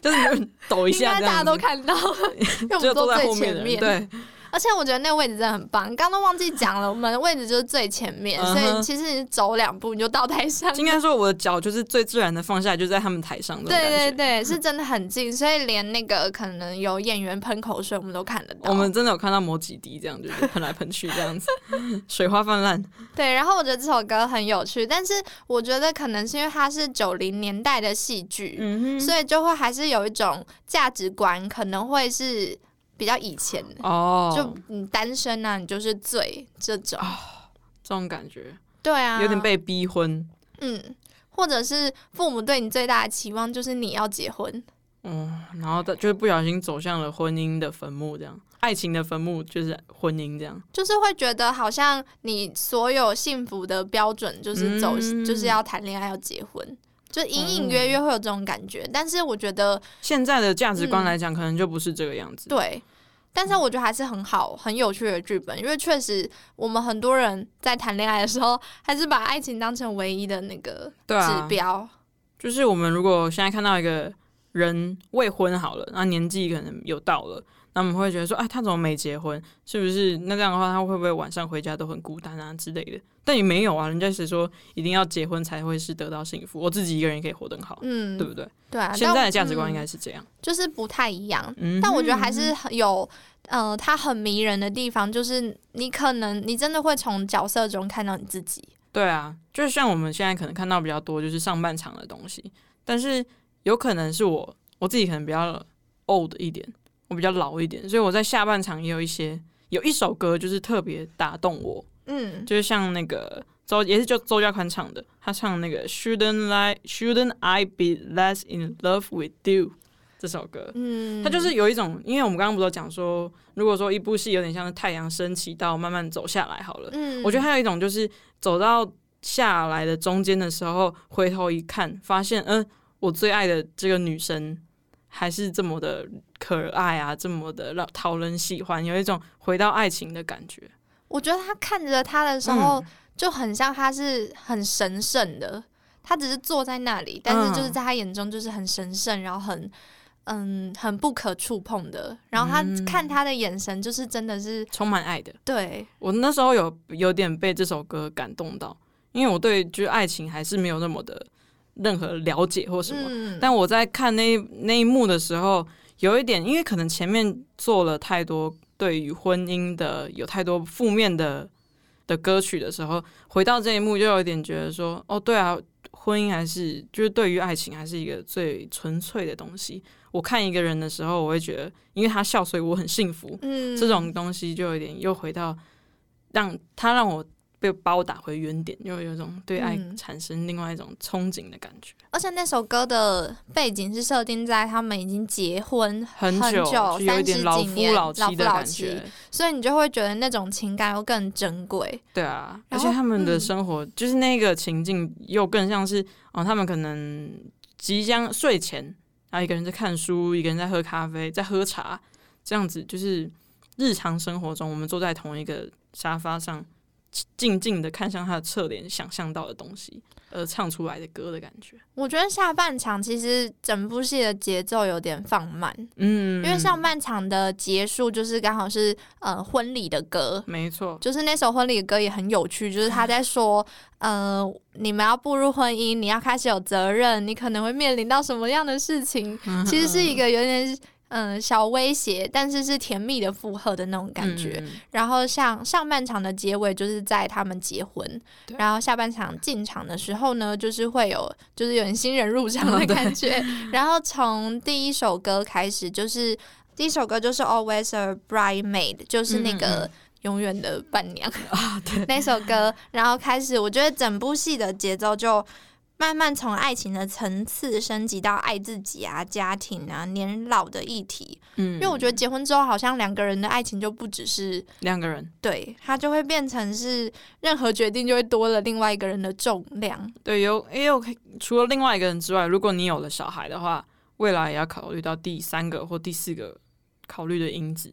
Speaker 2: 就是你抖一
Speaker 1: 应
Speaker 2: 下
Speaker 1: 该
Speaker 2: 这
Speaker 1: 大家
Speaker 2: 样
Speaker 1: 都
Speaker 2: 子，
Speaker 1: 看到，因为我 们
Speaker 2: 就坐
Speaker 1: 坐
Speaker 2: 在
Speaker 1: 最
Speaker 2: 后面
Speaker 1: 前
Speaker 2: 的
Speaker 1: 面。
Speaker 2: 人。对，
Speaker 1: 而且我觉得那个位置真的很棒，刚刚忘记讲了，我们的位置就是最前面，
Speaker 2: 嗯
Speaker 1: 所
Speaker 2: 哼
Speaker 1: 以其实你走两步你就到台上。
Speaker 2: 应该说我的脚就是最自然的放下来，就在他们台上的
Speaker 1: 对
Speaker 2: 感觉。
Speaker 1: 对对，是真的很近，所以连那个可能有演员喷口水，我们都看得到。
Speaker 2: 我们真的有看到某几滴这样，就是喷来喷去 这样子，水花泛滥。
Speaker 1: 对，然后我觉得这首歌很有趣，但是我觉得可能是因为它是九零年代的戏剧，
Speaker 2: 嗯
Speaker 1: 所以就会还是有一种价值观，可能会是比较以前的，
Speaker 2: 哦，
Speaker 1: 就你单身啊，你就是罪这种。
Speaker 2: 这种感觉，
Speaker 1: 对啊，
Speaker 2: 有点被逼婚。
Speaker 1: 嗯，或者是父母对你最大的期望就是你要结婚。
Speaker 2: 嗯，然后他就是不小心走向了婚姻的坟墓，这样，爱情的坟墓就是婚姻这样。
Speaker 1: 就是会觉得好像你所有幸福的标准就是走，
Speaker 2: 嗯
Speaker 1: 就是要谈恋爱要结婚，就隐隐约约会有这种感
Speaker 2: 嗯
Speaker 1: 觉。但是我觉得
Speaker 2: 现在的价值
Speaker 1: 嗯
Speaker 2: 观来讲，可能就不是这个样子。
Speaker 1: 对，但是我觉得还是很好、很有趣的剧本，因为确实我们很多人在谈恋爱的时候，还是把爱情当成唯一的那个
Speaker 2: 对
Speaker 1: 指
Speaker 2: 啊，
Speaker 1: 标。
Speaker 2: 就是我们如果现在看到一个人未婚好了，那年纪可能有到了，那我们会觉得说，哎，他怎么没结婚？是不是？那这样的话，他会不会晚上回家都很孤单啊之类的？但也没有啊，人家是说一定要结婚才会是得到幸福，我自己一个人也可以活得很好，
Speaker 1: 嗯，
Speaker 2: 对不对？
Speaker 1: 对啊，
Speaker 2: 现
Speaker 1: 但
Speaker 2: 在的价值观应该
Speaker 1: 嗯
Speaker 2: 是这样。
Speaker 1: 就是不太一样，
Speaker 2: 嗯，
Speaker 1: 但我觉得还是很有，呃，它很迷人的地方就是你可能你真的会从角色中看到你自己。
Speaker 2: 对啊，就像我们现在可能看到比较多就是上半场的东西，但是有可能是我我自己可能比较 old 一点，我比较老一点，所以我在下半场也有一些有一首歌就是特别打动我，
Speaker 1: 嗯，
Speaker 2: 就是像那个周也是就周家宽唱的，他唱那个 Shouldn't I Shouldn't I Be Less in Love with You 这首歌，
Speaker 1: 嗯，
Speaker 2: 它就是有一种，因为我们刚刚不是有讲说，如果说一部戏有点像是太阳升起到慢慢走下来好了，
Speaker 1: 嗯，
Speaker 2: 我觉得还有一种就是走到下来的中间的时候，回头一看，发现嗯，我最爱的这个女生还是这么的可爱啊，这么的让讨人喜欢，有一种回到爱情的感觉。
Speaker 1: 我觉得他看着他的时候，就很像他是很神圣的，他只是坐在那里，但是就是在他眼中就是很神圣，然后很。嗯，很不可触碰的。然后他
Speaker 2: 嗯
Speaker 1: 看他的眼神，就是真的是、
Speaker 2: 充满爱的。
Speaker 1: 对，
Speaker 2: 我那时候有有点被这首歌感动到，因为我对就是爱情还是没有那么的任何了解或什么，
Speaker 1: 嗯，
Speaker 2: 但我在看那一那一幕的时候，有一点，因为可能前面做了太多对于婚姻的有太多负面的的歌曲的时候，回到这一幕，就有一点觉得说，哦，对啊，婚姻还是就是对于爱情还是一个最纯粹的东西。我看一个人的时候，我会觉得，因为他笑，所以我很幸福。
Speaker 1: 嗯，
Speaker 2: 这种东西就有点又回到让他让我被把我打回原点，又有一种对爱
Speaker 1: 嗯
Speaker 2: 产生另外一种憧憬的感觉。
Speaker 1: 而且那首歌的背景是设定在他们已经结婚
Speaker 2: 很
Speaker 1: 久，
Speaker 2: 就有一
Speaker 1: 三十
Speaker 2: 点老
Speaker 1: 几
Speaker 2: 夫
Speaker 1: 年
Speaker 2: 老妻
Speaker 1: 夫
Speaker 2: 的
Speaker 1: 老
Speaker 2: 感
Speaker 1: 妻
Speaker 2: 觉，，
Speaker 1: 所以你就会觉得那种情感又更珍贵。
Speaker 2: 对啊，而
Speaker 1: 然
Speaker 2: 且
Speaker 1: 后
Speaker 2: 他们的
Speaker 1: 嗯
Speaker 2: 生活、就是那个情境又更像是哦，他们可能即将睡前，然后一个人在看书，一个人在喝咖啡，在喝茶，这样子就是日常生活中，我们坐在同一个沙发上，静静的看向他的侧脸，想象到的东西，而唱出来的歌的感觉，
Speaker 1: 我觉得下半场其实整部戏的节奏有点放慢，
Speaker 2: 嗯，
Speaker 1: 因为上半场的结束就是刚好是呃婚礼的歌。
Speaker 2: 没错，
Speaker 1: 就是那首婚礼的歌也很有趣，就是他在说，
Speaker 2: 嗯
Speaker 1: 呃，你们要步入婚姻，你要开始有责任，你可能会面临到什么样的事情，
Speaker 2: 嗯
Speaker 1: 其实是一个有点嗯、呃小威胁，但是是甜蜜的附和的那种感觉。
Speaker 2: 嗯
Speaker 1: 然后像上半场的结尾就是在他们结婚
Speaker 2: 对，
Speaker 1: 然后下半场进场的时候呢，就是会有就是有点新人入场的感 觉。然后从第一首歌开始，就是第一首歌就是 Always a Bridemaid，就是那
Speaker 2: 嗯嗯
Speaker 1: 个
Speaker 2: 嗯。
Speaker 1: 永远的伴 娘啊，对那首歌，然后开始，我觉得整部戏的节奏就慢慢从爱情的层次升级到爱自己啊、家庭啊、年老的议题，
Speaker 2: 嗯，
Speaker 1: 因为我觉得结婚之后，好像两个人的爱情就不只是
Speaker 2: 两个人
Speaker 1: 对，它就会变成是任何决定就会多了另外一个人的重量。
Speaker 2: 对，有也有可以除了另外一个人之外，如果你有了小孩的话，未来也要考虑到第三个或第四个考虑的因子。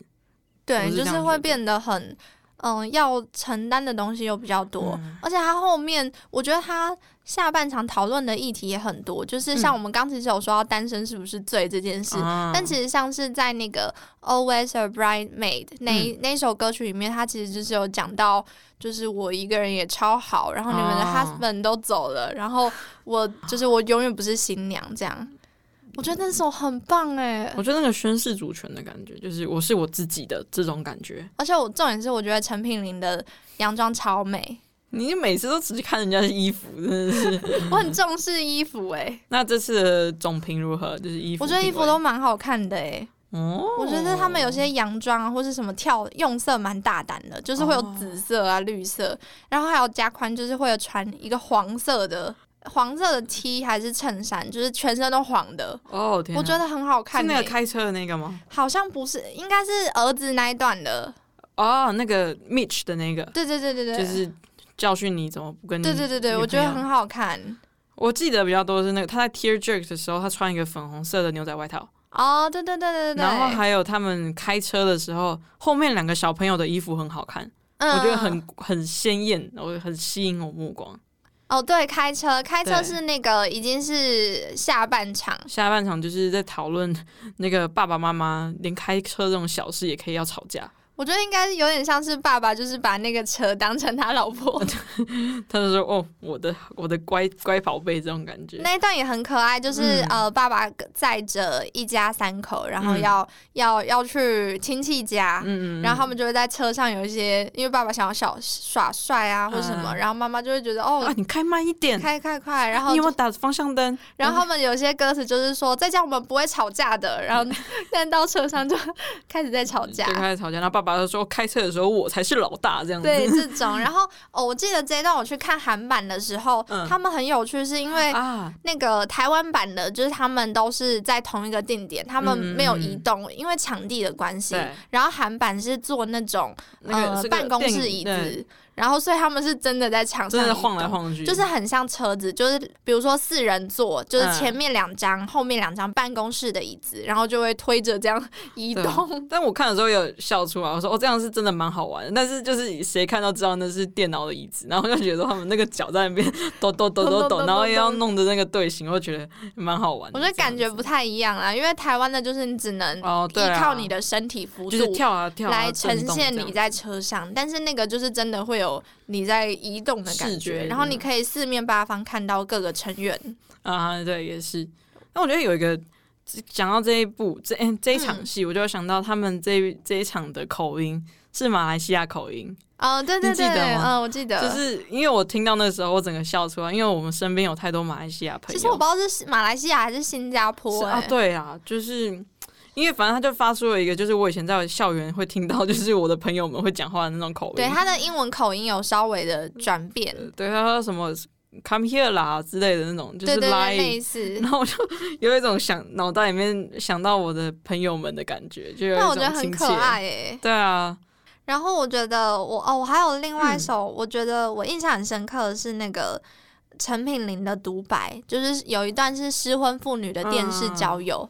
Speaker 2: 我
Speaker 1: 对，
Speaker 2: 是
Speaker 1: 就
Speaker 2: 这
Speaker 1: 是
Speaker 2: 样
Speaker 1: 会
Speaker 2: 觉得
Speaker 1: 变得很嗯，要承担的东西又比较多，
Speaker 2: 嗯
Speaker 1: 而且他后面我觉得他下半场讨论的议题也很多，就是像
Speaker 2: 嗯
Speaker 1: 我们刚其实有说到单身是不是罪这件事，
Speaker 2: 啊
Speaker 1: 但其实像是在那个《Always a Bridesmaid》那一、
Speaker 2: 嗯
Speaker 1: 那一首歌曲里面，他其实就是有讲到，就是我一个人也超好，然后你们的
Speaker 2: 哦
Speaker 1: husband 都走了，然后我就是我永远不是新娘这样。我觉得那首很棒哎，
Speaker 2: 我觉得那个宣誓主权的感觉，就是我是我自己的这种感觉。
Speaker 1: 而且我重点是我觉得陈品玲的洋装超美，
Speaker 2: 你每次都只看人家的衣服，真的是。
Speaker 1: 我很重视衣服哎，
Speaker 2: 那这次的总评如何？就是衣服
Speaker 1: 我
Speaker 2: 品
Speaker 1: 觉
Speaker 2: 味，
Speaker 1: 得衣服都蛮好看的哎，
Speaker 2: 哦，
Speaker 1: 我觉得他们有些洋装啊，或是什么跳用色蛮大胆的，就是会有
Speaker 2: 哦
Speaker 1: 紫色啊、绿色，然后还有加宽，就是会有穿一个黄色的黄色的 T 还是衬衫，就是全身都黄的，
Speaker 2: 哦，天哪
Speaker 1: 我觉得很好
Speaker 2: 是
Speaker 1: 看、
Speaker 2: 那个
Speaker 1: 欸。
Speaker 2: 开车的那个吗？
Speaker 1: 好像不是，应该是儿子那一段的。
Speaker 2: 哦，那个 Mitch 的那个，
Speaker 1: 对对对对对，
Speaker 2: 就是教训你怎么不跟
Speaker 1: 对对对对，
Speaker 2: 女
Speaker 1: 我觉得
Speaker 2: 朋友
Speaker 1: 很好看。
Speaker 2: 我记得比较多的是那个他在 Tear Jerk 的时候，他穿一个粉红色的牛仔外套，
Speaker 1: 哦，对对对对对对，
Speaker 2: 然后还有他们开车的时候，后面两个小朋友的衣服很好看，
Speaker 1: 嗯
Speaker 2: 我觉得很很鲜艳，我很吸引我目光。
Speaker 1: 哦，对，开车开车
Speaker 2: 对
Speaker 1: 是那个已经是下半场，
Speaker 2: 下半场就是在讨论那个爸爸妈妈连开车这种小事也可以要吵架，
Speaker 1: 我觉得应该有点像是爸爸，就是把那个车当成他老婆。
Speaker 2: 他就说哦，我的我的乖乖宝贝这种感觉。
Speaker 1: 那一段也很可爱，就是、
Speaker 2: 嗯
Speaker 1: 呃，爸爸载着一家三口，然后
Speaker 2: 嗯
Speaker 1: 要、要要去亲戚家。
Speaker 2: 嗯嗯，
Speaker 1: 然后他们就会在车上有一些，因为爸爸想要小耍帅啊，或什么，
Speaker 2: 嗯
Speaker 1: 然后妈妈就会觉得
Speaker 2: 啊
Speaker 1: 哦，，
Speaker 2: 你开慢一 点，
Speaker 1: 开开快，然后
Speaker 2: 你有没有
Speaker 1: 就
Speaker 2: 打方向灯？
Speaker 1: 然后他们有些歌词就是说，在家我们不会吵架的，然后
Speaker 2: 嗯
Speaker 1: 但到车上就 开始在吵架
Speaker 2: 就，开始吵架。然后爸爸就说哦开车的时候我才是老大这样子。
Speaker 1: 对这种。然后哦，我记得这一段我去看韩版的时候，
Speaker 2: 嗯
Speaker 1: 他们很有趣，是因为
Speaker 2: 啊，
Speaker 1: 那个台湾版的，就是他们都是在同一个定点，他们
Speaker 2: 嗯嗯
Speaker 1: 没有移动，因为场地的关系。
Speaker 2: 对，
Speaker 1: 然后韩版是做那种
Speaker 2: 那个
Speaker 1: 呃
Speaker 2: 是个
Speaker 1: 办公
Speaker 2: 电
Speaker 1: 室
Speaker 2: 影
Speaker 1: 椅
Speaker 2: 对
Speaker 1: 子，然后所以他们是真的在场上
Speaker 2: 真的
Speaker 1: 移
Speaker 2: 晃来
Speaker 1: 动，
Speaker 2: 晃去，
Speaker 1: 就是很像车子，就是比如说四人座，就是
Speaker 2: 嗯
Speaker 1: 前面两张、后面两张办公室的椅子，然后就会推着这样移
Speaker 2: 对
Speaker 1: 动。
Speaker 2: 但我看的时候有笑出来，我说哦，这样是真的蛮好玩的。但是就是谁看到知道那是电脑的椅子，然后就觉得他们那个脚在 那边抖抖抖抖
Speaker 1: 抖抖
Speaker 2: 抖，然后
Speaker 1: 抖
Speaker 2: 也要弄的那个队形，我觉得蛮好玩的
Speaker 1: 我
Speaker 2: 这
Speaker 1: 觉
Speaker 2: 样
Speaker 1: 得
Speaker 2: 子。
Speaker 1: 感觉不太一样啦，因为台湾的就是你只能
Speaker 2: 哦，对、
Speaker 1: 依靠你，的身体幅度，
Speaker 2: 就是跳啊跳啊
Speaker 1: 来呈
Speaker 2: 震动
Speaker 1: 现
Speaker 2: 这样
Speaker 1: 你在车上，但是那个就是真的会有你在移动的感
Speaker 2: 视
Speaker 1: 觉，
Speaker 2: 觉
Speaker 1: 然后
Speaker 2: 的
Speaker 1: 你可以四面八方看到各个成员。
Speaker 2: 啊，对，也是。那我觉得有一个讲到这一部这诶这一场
Speaker 1: 嗯
Speaker 2: 戏，我就想到他们这一这一场的口音是马来西亚口音，
Speaker 1: 哦，对对
Speaker 2: 你记
Speaker 1: 对，
Speaker 2: 得吗
Speaker 1: 嗯，我记得。
Speaker 2: 就是因为我听到那时候我整个笑出来，因为我们身边有太多马来西亚朋
Speaker 1: 其
Speaker 2: 友。
Speaker 1: 实我不知道是马来西亚还是新加
Speaker 2: 是
Speaker 1: 坡、欸，
Speaker 2: 啊，对啊，就是因为反正他就发出了一个，就是我以前在校园会听到，就是我的朋友们会讲话的那种口音。
Speaker 1: 对，他的英文口音有稍微的转变，
Speaker 2: 对他说什么 “come here 啦”之类的那种，就
Speaker 1: 对
Speaker 2: 是
Speaker 1: 对对，
Speaker 2: 来。
Speaker 1: 类似
Speaker 2: 然。后我就 有一种想脑袋里面想到我的朋友们的感觉，就有
Speaker 1: 但我
Speaker 2: 一
Speaker 1: 觉得
Speaker 2: 种
Speaker 1: 很
Speaker 2: 亲
Speaker 1: 可
Speaker 2: 切。
Speaker 1: 爱诶、欸
Speaker 2: 对啊，
Speaker 1: 然后我觉得我哦，我还有另外一首，我觉得我印象很深刻的是那个陈品玲的独白，就是有一段是失婚妇女的电视交友，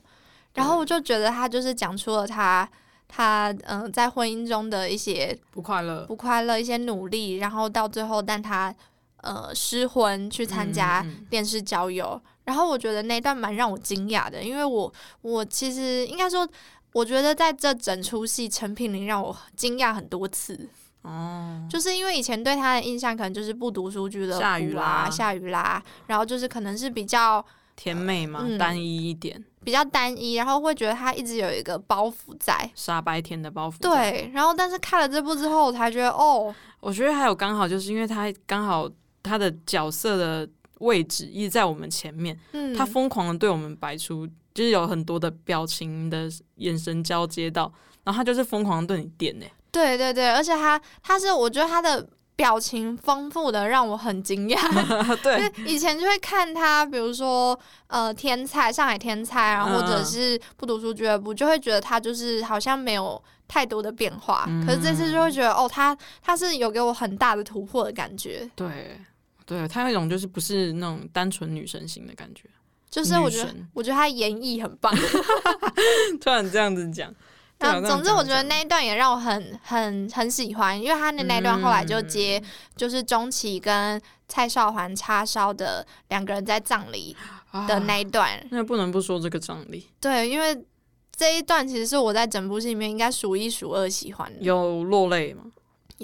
Speaker 1: 然后我就觉得她就是讲出了她她嗯、呃在婚姻中的一些
Speaker 2: 不快乐。
Speaker 1: 不快乐、一些努力，然后到最后但她呃失婚去参加
Speaker 2: 嗯嗯嗯
Speaker 1: 电视交友。然后我觉得那一段蛮让我惊讶的，因为我我其实应该说，我觉得在这整出戏，陈品玲让我惊讶很多次，
Speaker 2: 哦，
Speaker 1: 就是因为以前对她的印象可能就是不读书俱乐部
Speaker 2: 下雨
Speaker 1: 啦、
Speaker 2: 啦
Speaker 1: 下雨啦，然后就是可能是比较
Speaker 2: 甜美嘛，
Speaker 1: 嗯
Speaker 2: 单一一点，
Speaker 1: 比较单一，然后会觉得她一直有一个包袱在。
Speaker 2: 傻白甜的包袱。，
Speaker 1: 对，然后但是看了这部之后，我才觉得哦，
Speaker 2: 我觉得还有刚好就是因为他刚好他的角色的位置一直在我们前面，
Speaker 1: 嗯，
Speaker 2: 他疯狂的对我们摆出，就是有很多的表情的眼神交接到，然后他就是疯狂的对你点欸呢、
Speaker 1: 对对对，而且他他是我觉得他的表情丰富的让我很惊讶，因
Speaker 2: 对，
Speaker 1: 为以前就会看他，比如说呃天才上海天才，然后或者
Speaker 2: 嗯
Speaker 1: 是不读书俱乐部，就会觉得他就是好像没有太多的变化，可是这次
Speaker 2: 嗯
Speaker 1: 就会觉得哦，他他是有给我很大的突破的感觉，
Speaker 2: 对，对，他有一种就是不是那种单纯女神型的感觉，
Speaker 1: 就是我
Speaker 2: 女
Speaker 1: 觉得
Speaker 2: 神
Speaker 1: 我觉得他演绎很棒，
Speaker 2: 突然这样子讲。对啊
Speaker 1: 嗯，
Speaker 2: 这样
Speaker 1: 总之
Speaker 2: 讲
Speaker 1: 我觉得
Speaker 2: 讲
Speaker 1: 那一段也让我很很很喜欢，因为他的那一段后来就接
Speaker 2: 嗯
Speaker 1: 就是钟琦跟蔡少环叉烧的两个人在葬礼
Speaker 2: 啊
Speaker 1: 的那一段，
Speaker 2: 那不能不说这个张力
Speaker 1: 对，因为这一段其实是我在整部戏里面应该数一数二喜欢的，
Speaker 2: 有落泪吗？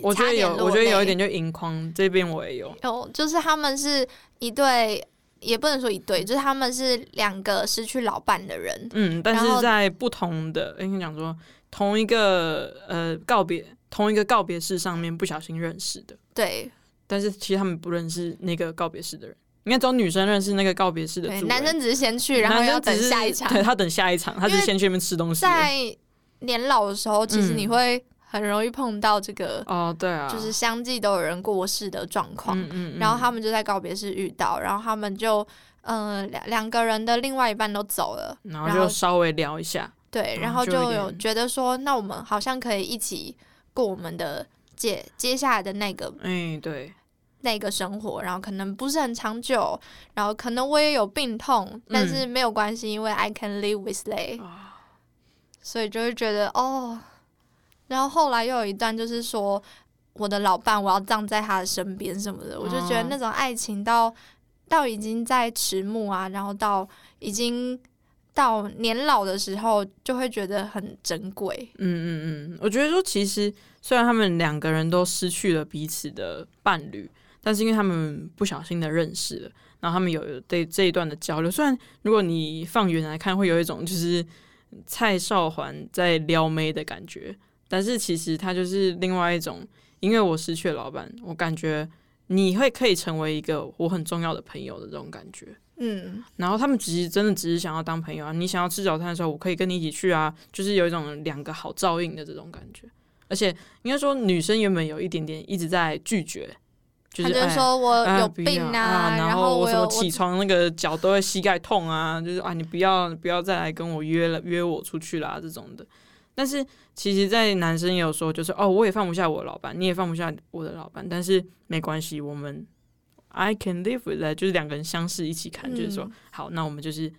Speaker 2: 我觉
Speaker 1: 差
Speaker 2: 得有，
Speaker 1: 落
Speaker 2: 我觉得有
Speaker 1: 泪
Speaker 2: 一点就盈眶这边我也有，
Speaker 1: 有，就是他们是一对，也不能说一对，就是他们是两个失去老伴的人，
Speaker 2: 嗯，但
Speaker 1: 然后
Speaker 2: 是在不同的应该讲说同一个呃告别同一个告别式上面不小心认识的，
Speaker 1: 对，
Speaker 2: 但是其实他们不认识那个告别式的人，应该只有女生认识那个告别式的
Speaker 1: 对，
Speaker 2: 主人
Speaker 1: 男生只是先去，然后
Speaker 2: 男生
Speaker 1: 要等
Speaker 2: 只是
Speaker 1: 下一场，
Speaker 2: 对他等下一场，他
Speaker 1: 因
Speaker 2: 只
Speaker 1: 为
Speaker 2: 是先去那边吃东西而已。
Speaker 1: 在年老的时候，其实你
Speaker 2: 嗯
Speaker 1: 会很容易碰到这个，
Speaker 2: 哦，对啊，
Speaker 1: 就是相继都有人过世的状况。
Speaker 2: 嗯嗯，嗯
Speaker 1: 然后他们就在告别式遇到，然后他们就，嗯、两两个人的另外一半都走了，
Speaker 2: 然后
Speaker 1: 然
Speaker 2: 就
Speaker 1: 后
Speaker 2: 稍微聊一下，
Speaker 1: 对，
Speaker 2: 嗯
Speaker 1: 然后
Speaker 2: 就有
Speaker 1: 就有
Speaker 2: 点
Speaker 1: 觉得说，那我们好像可以一起过我们的接接下来的那个
Speaker 2: 哎，对，
Speaker 1: 那个生活，然后可能不是很长久，然后可能我也有病痛，但是没有关系，因为 I can live with it，、
Speaker 2: 嗯啊
Speaker 1: 所以就会觉得哦。然后后来又有一段就是说，我的老伴我要葬在他的身边什么的，我就觉得
Speaker 2: 哦
Speaker 1: 那种爱情到到已经在迟暮啊，然后到已经到年老的时候，就会觉得很珍贵。
Speaker 2: 嗯嗯嗯，我觉得说其实虽然他们两个人都失去了彼此的伴侣，但是因为他们不小心的认识了，然后他们有对这一段的交流。虽然如果你放远来看，会有一种就是蔡少环在撩妹的感觉，但是其实他就是另外一种，因为我失去了老板，我感觉你会可以成为一个我很重要的朋友的这种感觉。
Speaker 1: 嗯，
Speaker 2: 然后他们其实真的只是想要当朋友啊。你想要吃早餐的时候，我可以跟你一起去啊，就是有一种两个好照应的这种感觉。而且应该说，女生原本有一点点一直在拒绝，就是
Speaker 1: 嗯他就
Speaker 2: 哎
Speaker 1: 是说我
Speaker 2: 哎
Speaker 1: 有
Speaker 2: 不要
Speaker 1: 病
Speaker 2: 啊
Speaker 1: 然
Speaker 2: 然
Speaker 1: 后
Speaker 2: 我什
Speaker 1: 有
Speaker 2: 么
Speaker 1: 我
Speaker 2: 起床那个脚都会膝盖痛啊，就是啊，你不要不要再来跟我约了约我出去啦这种的。但是其实，在男生也有说，就是哦，我也放不下我的老板，你也放不下我的老板，但是没关系，我们 I can live with that，就是两个人相视一起看，就是说
Speaker 1: 嗯
Speaker 2: 好，那我们就是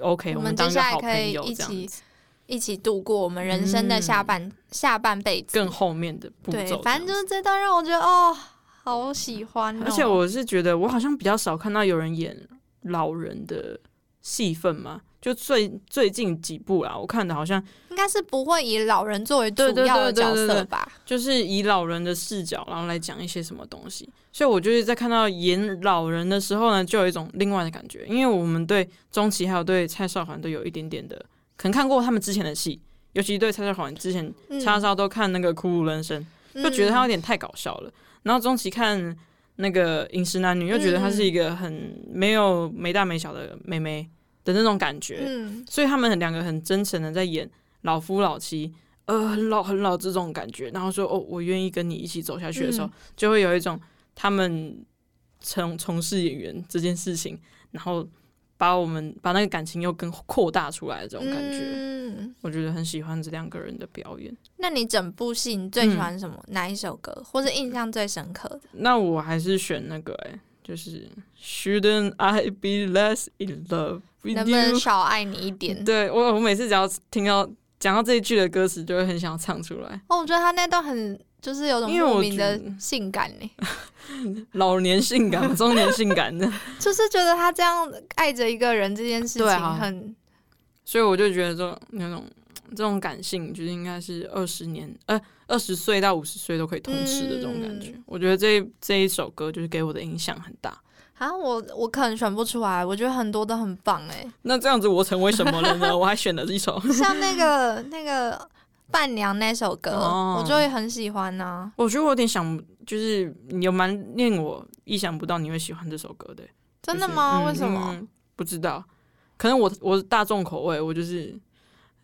Speaker 2: OK，
Speaker 1: 我
Speaker 2: 我
Speaker 1: 们
Speaker 2: 当
Speaker 1: 接
Speaker 2: 个
Speaker 1: 下来
Speaker 2: 好
Speaker 1: 可以
Speaker 2: 朋友
Speaker 1: 一
Speaker 2: 这样
Speaker 1: 起
Speaker 2: 子，嗯
Speaker 1: 一起度过我们人生的下半、下半辈子。
Speaker 2: 更后面的步骤这
Speaker 1: 对
Speaker 2: 样子。，
Speaker 1: 反正就是这段让我觉得哦，好喜欢、哦。
Speaker 2: 而且我是觉得，我好像比较少看到有人演老人的戏份嘛。就最最近几部啦，我看的好像
Speaker 1: 应该是不会以老人作为主
Speaker 2: 对对
Speaker 1: 要的
Speaker 2: 对对
Speaker 1: 角
Speaker 2: 对
Speaker 1: 色
Speaker 2: 对
Speaker 1: 吧？
Speaker 2: 就是以老人的视角，然后来讲一些什么东西。所以我就是在看到演老人的时候呢，就有一种另外的感觉，因为我们对钟琦还有对蔡少环都有一点点的，可能看过他们之前的戏，尤其对蔡少环之前
Speaker 1: 嗯
Speaker 2: 叉烧都看那个《苦鲁人生》，就觉得他有点太搞笑了。然后钟琦看那个《饮食男女》，又觉得她
Speaker 1: 嗯
Speaker 2: 是一个很没有没大没小的妹妹的那种感觉，
Speaker 1: 嗯，
Speaker 2: 所以他们两个很真诚的在演老夫老妻，呃，很老很老这种感觉。然后说哦，我愿意跟你一起走下去的时候，
Speaker 1: 嗯
Speaker 2: 就会有一种他们从从事演员这件事情，然后把我们把那个感情又更扩大出来的这种感觉。
Speaker 1: 嗯，
Speaker 2: 我觉得很喜欢这两个人的表演。
Speaker 1: 那你整部戏你最喜欢什么、哪一首歌，或者印象最深刻的？
Speaker 2: 那我还是选那个哎、就是 Shouldn't I be less in love
Speaker 1: 能
Speaker 2: with
Speaker 1: 不能
Speaker 2: you？
Speaker 1: 少爱你一点？
Speaker 2: 嗯 对我，我每次只要听到讲到这一句的歌词，就会很想唱出来。
Speaker 1: 哦，我觉得他那段很就是有种
Speaker 2: 因为我
Speaker 1: 莫名的
Speaker 2: 觉得
Speaker 1: 性感欸呢、
Speaker 2: 老年性感，中年性感的，
Speaker 1: 就是觉得他这样爱着一个人这件事情
Speaker 2: 对啊
Speaker 1: 很
Speaker 2: 所以我就觉得说那种这种感性，就是应该是二十年，呃，二十岁到五十岁都可以同时的这种感觉。
Speaker 1: 嗯
Speaker 2: 我觉得这一这一首歌就是给我的影响很大。
Speaker 1: 啊，我我可能选不出来，我觉得很多都很棒哎、
Speaker 2: 那这样子我成为什么了呢？我还选了一首，
Speaker 1: 像那个那个伴娘那首歌，
Speaker 2: 哦
Speaker 1: 我就会很喜欢啊呐、
Speaker 2: 我觉得我有点想，就是有蛮令我意想不到你会喜欢这首歌的、
Speaker 1: 真的
Speaker 2: 就是
Speaker 1: 吗？
Speaker 2: 嗯
Speaker 1: 为什么？
Speaker 2: 嗯不知道，可能我我是大众口味，我就是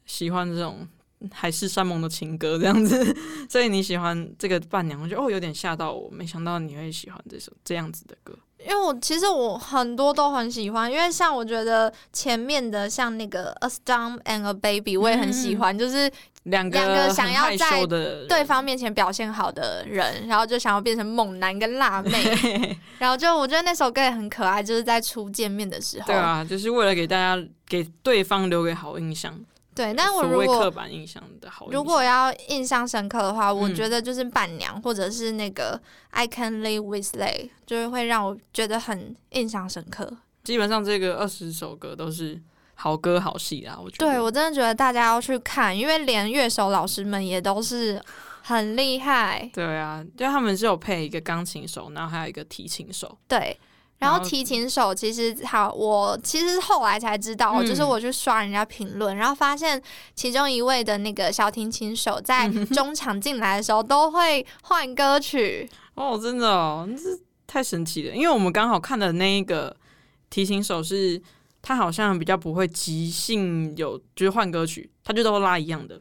Speaker 2: 喜欢这种海誓山盟的情歌这样子， 所以你喜欢这个伴娘，我觉得哦有点吓到我，没想到你会喜欢这首这样子的歌。
Speaker 1: 因为我其实我很多都很喜欢，因为像我觉得前面的像那个《A Stump and a Baby》，我也很
Speaker 2: 嗯
Speaker 1: 喜欢，就是
Speaker 2: 两
Speaker 1: 两个
Speaker 2: 个
Speaker 1: 想
Speaker 2: 很
Speaker 1: 要
Speaker 2: 害
Speaker 1: 在
Speaker 2: 羞的人
Speaker 1: 对方面前表现好的人，然后就想要变成猛男跟辣妹， 然后就我觉得那首歌也很可
Speaker 2: 啊
Speaker 1: 爱，就是在初见面的时候，
Speaker 2: 对啊，就是为了给大家给对方留给好印象，
Speaker 1: 对，但我
Speaker 2: 所
Speaker 1: 如
Speaker 2: 谓刻
Speaker 1: 果
Speaker 2: 板印象的好印象。
Speaker 1: 如果要印象深刻的话，我
Speaker 2: 嗯
Speaker 1: 觉得就是伴娘或者是那个 I can live with lay，就是会让我觉得很印象深刻。
Speaker 2: 基本上这个二十首歌都是好歌好戏啊，我觉得。
Speaker 1: 对我真的觉得大家要去看，因为连乐手老师们也都是很厉害。
Speaker 2: 对啊，就他们是有配一个钢琴手，然后还有一个提琴手。
Speaker 1: 对，然
Speaker 2: 然后
Speaker 1: 后提琴手其实好，我其实后来才知道，哦
Speaker 2: 嗯
Speaker 1: 就是我去刷人家评论，然后发现其中一位的那个小提琴手
Speaker 2: 嗯
Speaker 1: 在中场进来的时候都会换歌曲。
Speaker 2: 哦，真的哦，这太神奇了！因为我们刚好看的那一个提琴手是，他好像比较不会即兴有，就是换歌曲，他就都拉一样的。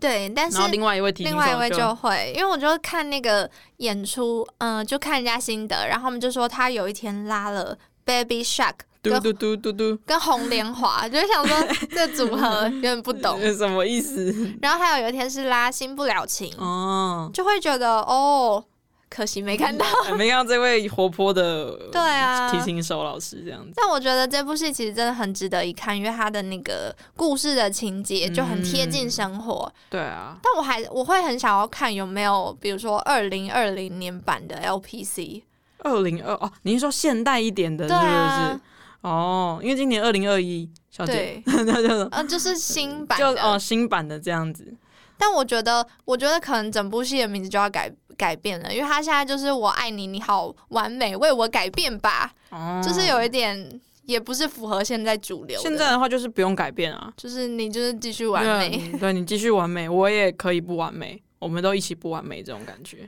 Speaker 1: 对，但是
Speaker 2: 然后另外一位提琴
Speaker 1: 另
Speaker 2: 手
Speaker 1: 外一位
Speaker 2: 就
Speaker 1: 就会，因为我就看那个演出，嗯、就看人家心得，然后他们就说他有一天拉了 Baby Shark
Speaker 2: 嘟嘟嘟嘟嘟，
Speaker 1: 跟红莲华， 就想说这组合有点不懂。
Speaker 2: 什么意思？
Speaker 1: 然后还有有一天是拉新不了情，
Speaker 2: 哦，
Speaker 1: 就会觉得哦，可惜没看到。
Speaker 2: 哎没看到这位活泼的
Speaker 1: 对啊
Speaker 2: 提琴手老师这样子。
Speaker 1: 但我觉得这部戏其实真的很值得一看，因为它的那个故事的情节就很贴
Speaker 2: 嗯
Speaker 1: 近生活。
Speaker 2: 对啊，
Speaker 1: 但我还我会很想要看有没有，比如说二零二零年版的 LPC。
Speaker 2: 二零二哦，您说现代一点的，是
Speaker 1: 对
Speaker 2: 不是？
Speaker 1: 啊，
Speaker 2: 哦，因为今年二零二一，小姐，
Speaker 1: 对，
Speaker 2: 哦 那就
Speaker 1: 呃，就是新版
Speaker 2: 就
Speaker 1: 的。
Speaker 2: 哦新版的这样子。
Speaker 1: 但我觉得，我觉得可能整部戏的名字就要改改变了，因为它现在就是“我爱你，你好完美，为我改变吧”，
Speaker 2: 哦，
Speaker 1: 就是有一点也不是符合现在主流的。
Speaker 2: 现在的话就是不用改变啊，
Speaker 1: 就是你就是继续完美。
Speaker 2: 对，啊对你继续完美，我也可以不完美，我们都一起不完美这种感 觉，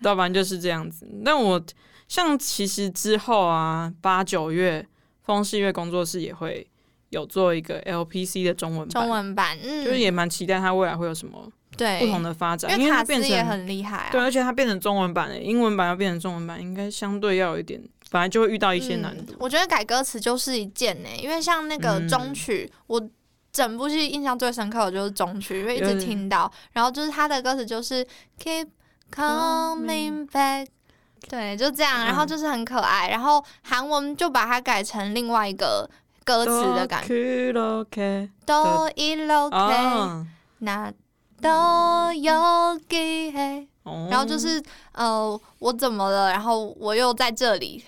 Speaker 2: 要不然就是这样子。但我像其实之后啊，八九月风戏月工作室也会有做一个 LPC 的中文版，
Speaker 1: 中文版，嗯，
Speaker 2: 就是也蛮期待它未来会有什么
Speaker 1: 对
Speaker 2: 不同的发展，
Speaker 1: 因为
Speaker 2: 它
Speaker 1: 卡
Speaker 2: 变
Speaker 1: 斯
Speaker 2: 成
Speaker 1: 也很厉害啊。
Speaker 2: 对，而且它变成中文版了，英文版要变成中文版，应该相对要有一点，本来就会遇到一些难度。
Speaker 1: 嗯。我觉得改歌词就是一件呢、因为像那个
Speaker 2: 嗯
Speaker 1: 中曲，我整部戏印象最深刻的就是中曲，因为一
Speaker 2: 有
Speaker 1: 直
Speaker 2: 点
Speaker 1: 听到，然后就是他的歌词就是 Keep coming back。对，就这样，然后
Speaker 2: 嗯
Speaker 1: 就是很可爱，然后韩文就把它改成另外一个歌词的
Speaker 2: 嗯
Speaker 1: 感觉，
Speaker 2: 觉。
Speaker 1: 都一 OK，
Speaker 2: 哦，
Speaker 1: 那都有给，
Speaker 2: 哦
Speaker 1: 然后就是呃，我怎么了？然后我又在这里，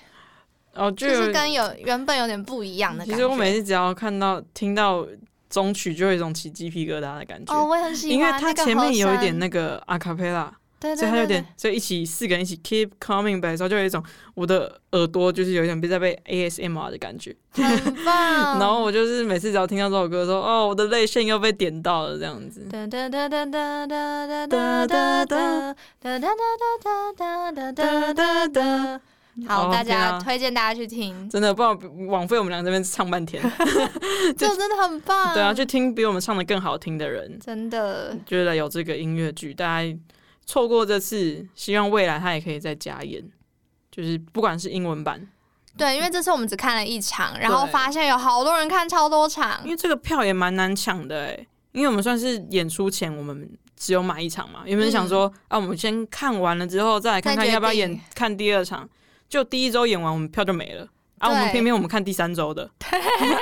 Speaker 2: 哦，就
Speaker 1: 就是
Speaker 2: 有
Speaker 1: 跟有原本有点不一样的
Speaker 2: 其
Speaker 1: 感觉。
Speaker 2: 实我每次只要看到听到中曲，就有一种起鸡皮疙瘩的感觉。
Speaker 1: 哦，我也很喜欢，
Speaker 2: 因为它前面有一点
Speaker 1: 那
Speaker 2: 那个阿卡贝
Speaker 1: 个
Speaker 2: 拉，
Speaker 1: 和声，对对对
Speaker 2: 所以它有点
Speaker 1: 对，
Speaker 2: 所以一起四个人一起 keep coming back 的时候，就有一种我的耳朵就是有一点被在被 ASMR 的感觉。
Speaker 1: 很棒。
Speaker 2: 然后我就是每次只要听到这首歌的时候，哦，我的泪腺又被点到了这样子。
Speaker 1: 哒哒哒哒哒哒哒哒哒哒哒哒哒哒哒哒哒哒哒。好，
Speaker 2: 哦
Speaker 1: 大
Speaker 2: 天
Speaker 1: 家
Speaker 2: 啊
Speaker 1: 推荐大家去听，
Speaker 2: 真的，不然枉费我们俩这边唱半 天。
Speaker 1: 这真的很棒。
Speaker 2: 对啊，去听比我们唱的更好听的人，
Speaker 1: 真的
Speaker 2: 觉得有这个音乐剧，大家错过这次，希望未来他也可以再加演，就是不管是英文版，
Speaker 1: 对，因为这次我们只看了一场，然后
Speaker 2: 对
Speaker 1: 发现有好多人看超多场
Speaker 2: 因，为这个票也蛮难抢的哎、因为我们算是演出前我们只有买一场嘛，原本想说、啊，我们先看完了之后再来
Speaker 1: 嗯
Speaker 2: 看
Speaker 1: 再
Speaker 2: 看
Speaker 1: 决定
Speaker 2: 要不要演看第二场，就第一周演完我们票就没了。啊，我们
Speaker 1: 对
Speaker 2: 偏偏我们看第三周的，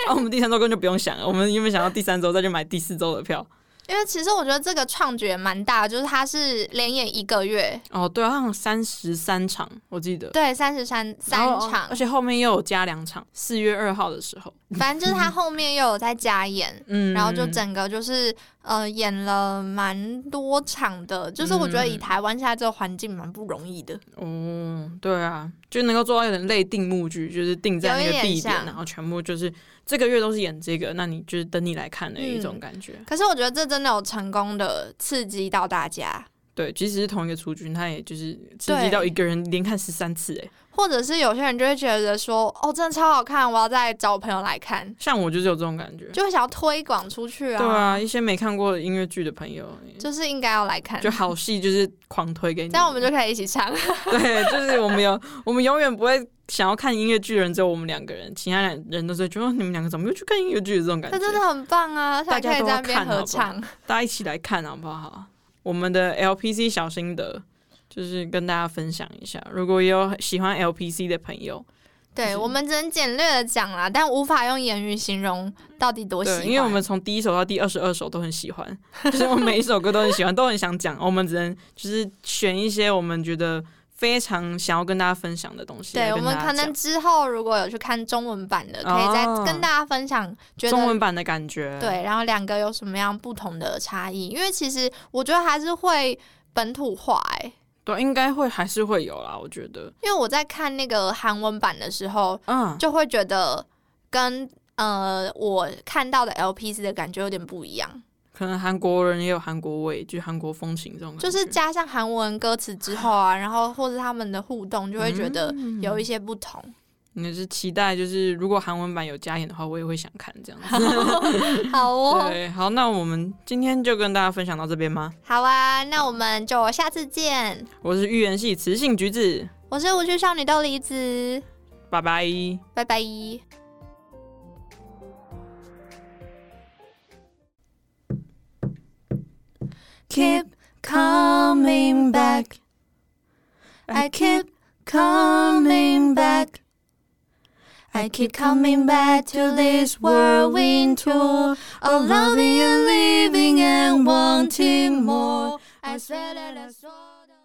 Speaker 2: 啊，我们第三周根本就不用想了，我们原本想要第三周再去买第四周的票。
Speaker 1: 因为其实我觉得这个创举也蛮大，就是它是连演一个月，
Speaker 2: 哦，对、啊，好像三十三场，我记得
Speaker 1: 对，三十三三
Speaker 2: 然后
Speaker 1: 场
Speaker 2: 而，且后面又有加两场，四月二号的时候，
Speaker 1: 反正就是他后面又有在加演，
Speaker 2: 嗯
Speaker 1: 然后就整个就是呃演了蛮多场的，就是我觉
Speaker 2: 嗯
Speaker 1: 得以台湾现在这个环境蛮不容易的，
Speaker 2: 哦，对啊，就能够做到有点类定目剧，就是定在那
Speaker 1: 有一
Speaker 2: 个
Speaker 1: 点
Speaker 2: 地点，
Speaker 1: 像
Speaker 2: 然后全部就是这个月都是演这个，那你就是等你来看的一种感觉。
Speaker 1: 可是我觉得这真的有成功的刺激到大家，
Speaker 2: 对，即使是同一个出剧，他也就是刺
Speaker 1: 对
Speaker 2: 激到一个人连看十三次，哎，
Speaker 1: 或者是有些人就会觉得说哦真的超好看，我要再找我朋友来看，
Speaker 2: 像我就是有这种感觉。
Speaker 1: 就会想要推广出去啊，
Speaker 2: 对啊，一些没看过音乐剧的朋友，
Speaker 1: 就是应该要来看，
Speaker 2: 就好戏就是狂推给你。
Speaker 1: 这样我们就可以一起唱，
Speaker 2: 对，就是我们有， 我们永远不会想要看音乐剧的人只有我们两个人，其他人人都是觉得哦你们两个怎么又去看音乐剧的这种感觉
Speaker 1: 这。真的很棒啊，而且还
Speaker 2: 大家
Speaker 1: 可以
Speaker 2: 都
Speaker 1: 在
Speaker 2: 要
Speaker 1: 那边
Speaker 2: 看好不好
Speaker 1: 合唱，
Speaker 2: 大家一起来看好不好？我们的 LPC 小心得就是跟大家分享一下，如果也有喜欢 LPC 的朋友，
Speaker 1: 对
Speaker 2: 是
Speaker 1: 我们只能简略的讲啦，但无法用言语形容到底多喜
Speaker 2: 对，
Speaker 1: 欢。
Speaker 2: 因为我们从第一首到第二十二首都很喜欢， 就是我每一首歌都很喜欢，都很想讲。我们只能就是选一些我们觉得非常想要跟大家分享的东西来
Speaker 1: 对我
Speaker 2: 跟大
Speaker 1: 们
Speaker 2: 家讲。
Speaker 1: 可能之后如果有去看中文版的，可以再
Speaker 2: 哦
Speaker 1: 跟大家分享，觉
Speaker 2: 中
Speaker 1: 得
Speaker 2: 文版的感觉，，
Speaker 1: 对，然后两个有什么样不同的差异？因为其实我觉得还是会本土化、欸，
Speaker 2: 对，应该会还是会有啦，我觉得，
Speaker 1: 因为我在看那个韩文版的时候，
Speaker 2: 嗯，
Speaker 1: 就会觉得跟呃我看到的 LPC 的感觉有点不一样，
Speaker 2: 可能韩国人也有韩国味，就韩国风情这种感觉，
Speaker 1: 就是加上韩文歌词之后啊，然后或者他们的互动，就会觉得
Speaker 2: 嗯
Speaker 1: 有一些不同。
Speaker 2: 你是期待，就是如果韩文版有加演的话，我也会想看这样子。
Speaker 1: 好哦，
Speaker 2: 对，好，那我们今天就跟大家分享到这边吗？
Speaker 1: 好啊，那我们就下次见。
Speaker 2: 我是预言系雌性橘子，
Speaker 1: 我是无趣少女豆梨子，
Speaker 2: 拜拜。
Speaker 1: 拜拜。Keep coming back. I keep coming back. I keep coming back to this whirlwind tour of loving and living and wanting more. I said that I saw that.